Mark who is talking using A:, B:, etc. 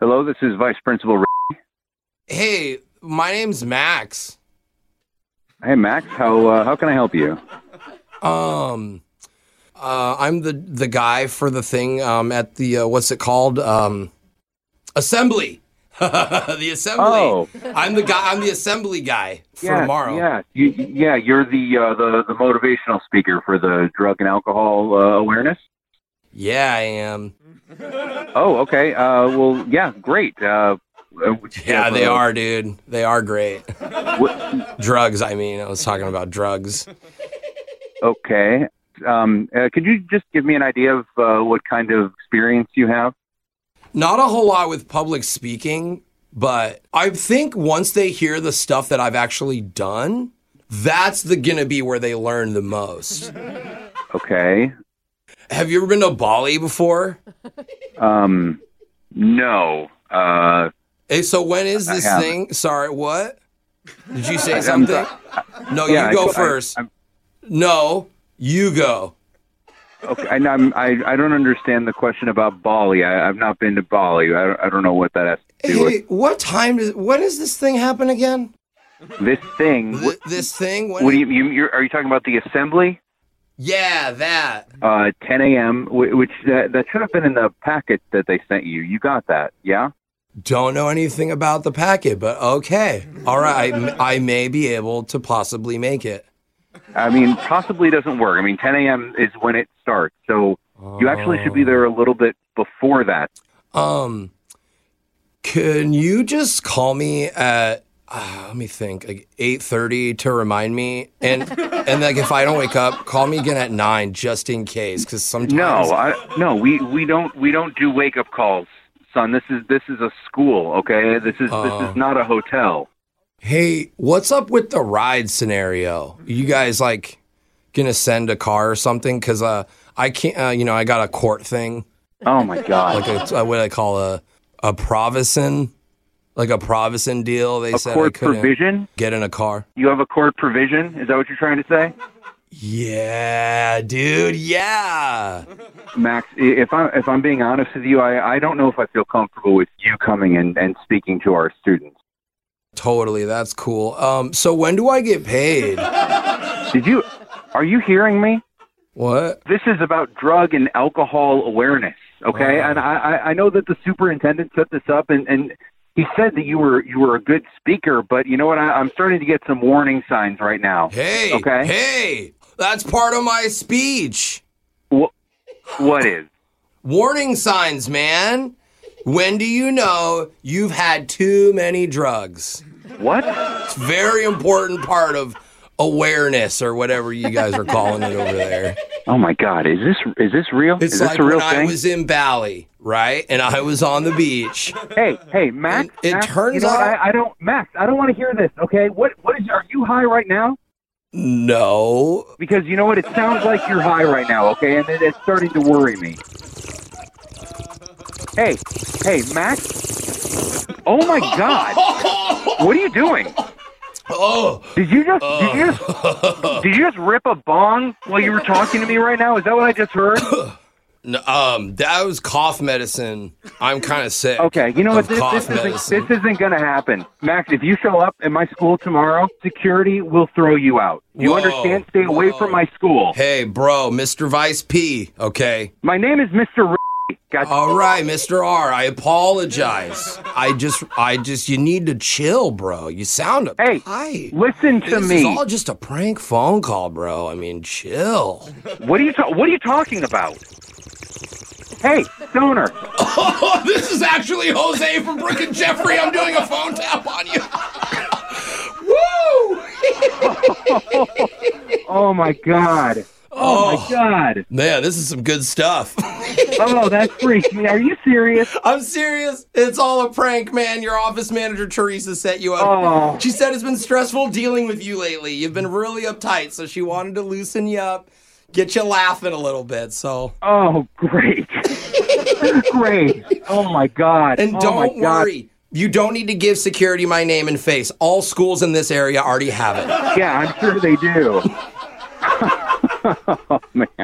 A: Hello, this is Vice Principal. Ray.
B: Hey, my name's Max.
A: Hey, Max. How uh, how can I help you?
B: Um, uh, I'm the the guy for the thing um, at the uh, what's it called um, assembly. the assembly.
A: Oh.
B: I'm the guy. I'm the assembly guy for
A: yeah,
B: tomorrow.
A: Yeah, you, yeah. You're the uh, the the motivational speaker for the drug and alcohol uh, awareness.
B: Yeah, I am.
A: Oh, okay. Uh, well, yeah, great. Uh, uh,
B: Yeah, they
A: uh,
B: are, dude. They are great.
A: wh-
B: drugs. I mean, I was talking about drugs.
A: okay. Um, uh, could you just give me an idea of uh, what kind of experience you have?
B: Not a whole lot with public speaking, but I think once they hear the stuff that I've actually done, that's the gonna be where they learn the most.
A: Okay.
B: Have you ever been to Bali before?
A: Um, no. Uh,
B: Hey, so when is
A: I
B: this
A: haven't.
B: thing? Sorry, what? Did you say
A: I'm
B: something? No,
A: yeah,
B: you go
A: I- I-
B: first.
A: I'm-
B: no, you go.
A: okay. And I'm, I I don't understand the question about Bali. I, I've not been to Bali. I, don't- I don't know what that has to do
B: Hey, what time does when does this thing happen again?
A: with this thing.
B: Th- this thing? When
A: What do you, you you're, are you talking about the assembly?
B: yeah, that.
A: Uh, 10 a.m., whi- which that, that should have been in the packet that they sent you. You got that, yeah?
B: Don't know anything about the packet, but okay. All right, I, I may be able to possibly make it.
A: I mean, possibly doesn't work. I mean, 10 a.m. is when it starts, so you actually should be there a little bit before that.
B: Um, can you just call me at? Uh, let me think. Like eight thirty to remind me, and and like if I don't wake up, call me again at nine just in case. Because sometimes
A: No, I, no, we, we don't we don't do wake up calls, son. This is this is a school, okay? This is
B: Oh.
A: this is not a hotel.
B: Hey, what's up with the ride scenario? You guys like gonna send a car or something? Because uh, I can't. Uh, you know, I got a court thing.
A: Oh my god,
B: like a, uh, what I call a a provison, like a provison deal. They
A: a
B: said I
A: court
B: couldn't
A: provision?
B: get in a car.
A: You have a court provision? Is that what you're trying to say?
B: Yeah, dude. Yeah.
A: Max, i- if I'm if I'm being honest with you, I, I don't know if I feel comfortable with you coming in and speaking to our students.
B: Totally. That's cool. Um. So when do I get paid?
A: Did you? Are you hearing me?
B: What?
A: This is about drug and alcohol awareness, okay?
B: Wow.
A: And I, I I know that the superintendent set this up, and and he said that you were you were a good speaker, but you know what? I, I'm starting to get some warning signs right now.
B: Hey.
A: Okay.
B: Hey. That's part of my speech.
A: Wha what is?
B: Warning signs, man. When do you know you've had too many drugs?
A: What?
B: It's a very important part of awareness or whatever you guys are calling it over there.
A: Oh my God! Is this is this real?
B: It's
A: is this
B: like
A: a real
B: when I
A: thing?
B: was in Bali, right? And I was on the beach.
A: Hey, hey, Max.
B: It- it
A: Max,
B: turns
A: you know what?
B: out-
A: I, I don't, Max. I don't want to hear this. Okay, what? What is? Are you high right now?
B: No.
A: Because you know what? It sounds like you're high right now. Okay, and it, it's starting to worry me. Hey, hey, Max. Oh my God! What are you doing?
B: Oh,
A: Did you just? Did you just? Did you just rip a bong while you were talking to me right now? Is that what I just heard?
B: n- um, that was cough medicine. I'm kind of sick.
A: Okay, you know
B: of
A: what? This,
B: cough
A: this
B: medicine.
A: isn't this isn't gonna happen, Max. If you show up at my school tomorrow, security will throw you out. You
B: Whoa,
A: understand? Stay away
B: whoa.
A: from my school.
B: hey, bro, Mr. Vice P. Okay.
A: My name is Mr. R- God,
B: All right, Mr. R. I apologize. I just, I just, you need to chill, bro. You sound
A: Hey,
B: uptight. Hi.
A: listen to
B: Oh, this
A: me.
B: is all just a prank phone call, bro. I mean, chill.
A: What are you ta- What are you talking about? Hey, stoner.
B: Oh, this is actually Jose from Brooke and Jeffrey. I'm doing a phone tap on you. Woo!
A: Oh my God. Oh my God.
B: Man, this is some good stuff.
A: Oh, that freaks me. Are you serious?
B: I'm serious. It's all a prank, man. Your office manager, Teresa, set you up.
A: Oh.
B: She said it's been stressful dealing with you lately. You've been really uptight, so she wanted to loosen you up, get you laughing a little bit. So,
A: Oh, great. great. Oh my God.
B: and
A: Oh, my
B: don't
A: God.
B: worry. You don't need to give security my name and face. All schools in this area already have it.
A: Yeah, I'm sure they do. oh man.